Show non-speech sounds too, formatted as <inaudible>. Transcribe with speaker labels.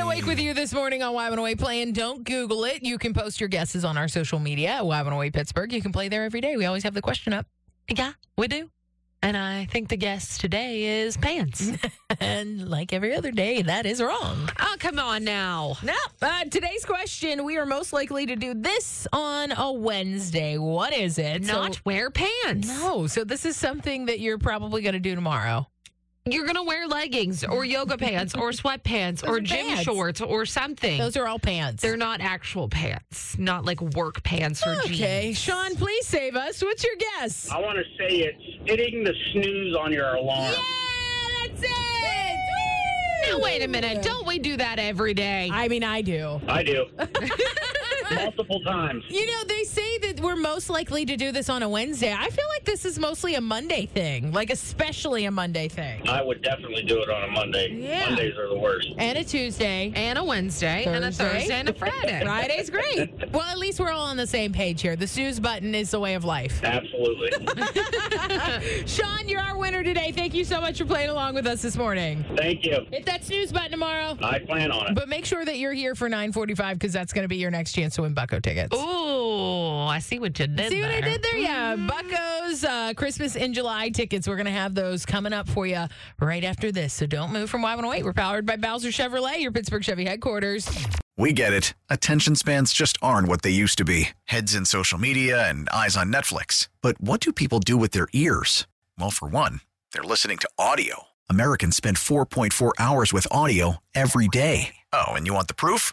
Speaker 1: awake with you this morning on Y108 playing. Don't Google it. You can post your guesses on our social media at Y108 Pittsburgh. You can play there every day. We always have the question up. <laughs> Yeah, we do. And I think the guess today is <laughs> pants. and like every other day, that is wrong.
Speaker 2: Oh, come on now.
Speaker 1: Now, uh, today's question we are most likely to do this on a Wednesday. What is it?
Speaker 2: Not
Speaker 1: So-
Speaker 2: wear pants.
Speaker 1: no. So, this is something that you're probably going to do tomorrow.
Speaker 2: You're going to wear leggings
Speaker 1: <laughs>
Speaker 2: or yoga pants or sweatpants
Speaker 1: Those
Speaker 2: or
Speaker 1: are
Speaker 2: gym
Speaker 1: pants.
Speaker 2: shorts or something.
Speaker 1: Those are all pants.
Speaker 2: They're not actual pants, not like work pants or jeans.
Speaker 1: okay. Sean, please save us. What's your guess?
Speaker 3: I want to say it's hitting the snooze on your alarm.
Speaker 2: that's it. Now, wait a minute. Don't we do that every day?
Speaker 1: I mean, I do.
Speaker 3: I do. Multiple times.
Speaker 1: You know, they say that we're most likely to do this on a Wednesday. I feel like this is mostly a Monday thing, like especially a Monday thing.
Speaker 3: I would definitely do it on a Monday.
Speaker 1: Yeah.
Speaker 3: Mondays are the worst.
Speaker 1: And a Tuesday.
Speaker 2: and a Wednesday, and a
Speaker 1: Thursday.
Speaker 2: Thursday, and a Friday.
Speaker 1: Friday's great. Well, at least we're all on the same page here. The snooze button is the way of life.
Speaker 3: Absolutely.
Speaker 1: Sean, you're our winner today. Thank you so much for playing along with us this morning.
Speaker 3: Thank you.
Speaker 1: Hit that snooze button tomorrow.
Speaker 3: I plan on it.
Speaker 1: But make sure that you're here for 945 because that's going to be your next chance to win Bucko tickets.
Speaker 2: Ooh, I see what you did
Speaker 1: See what I
Speaker 2: there. Mm-hmm.
Speaker 1: did there? Yeah. Bucko's uh, Christmas in July tickets. We're going to have those coming up for you right after this. So don't move from Y108. We're powered by Bowser Chevrolet, your Pittsburgh Chevy headquarters.
Speaker 4: We get it. Attention spans just aren't what they used to be heads in social media and eyes on Netflix. But what do people do with their ears? Well, for one, they're listening to audio. Americans spend 4.4 hours with audio every day. Oh, and you want the proof?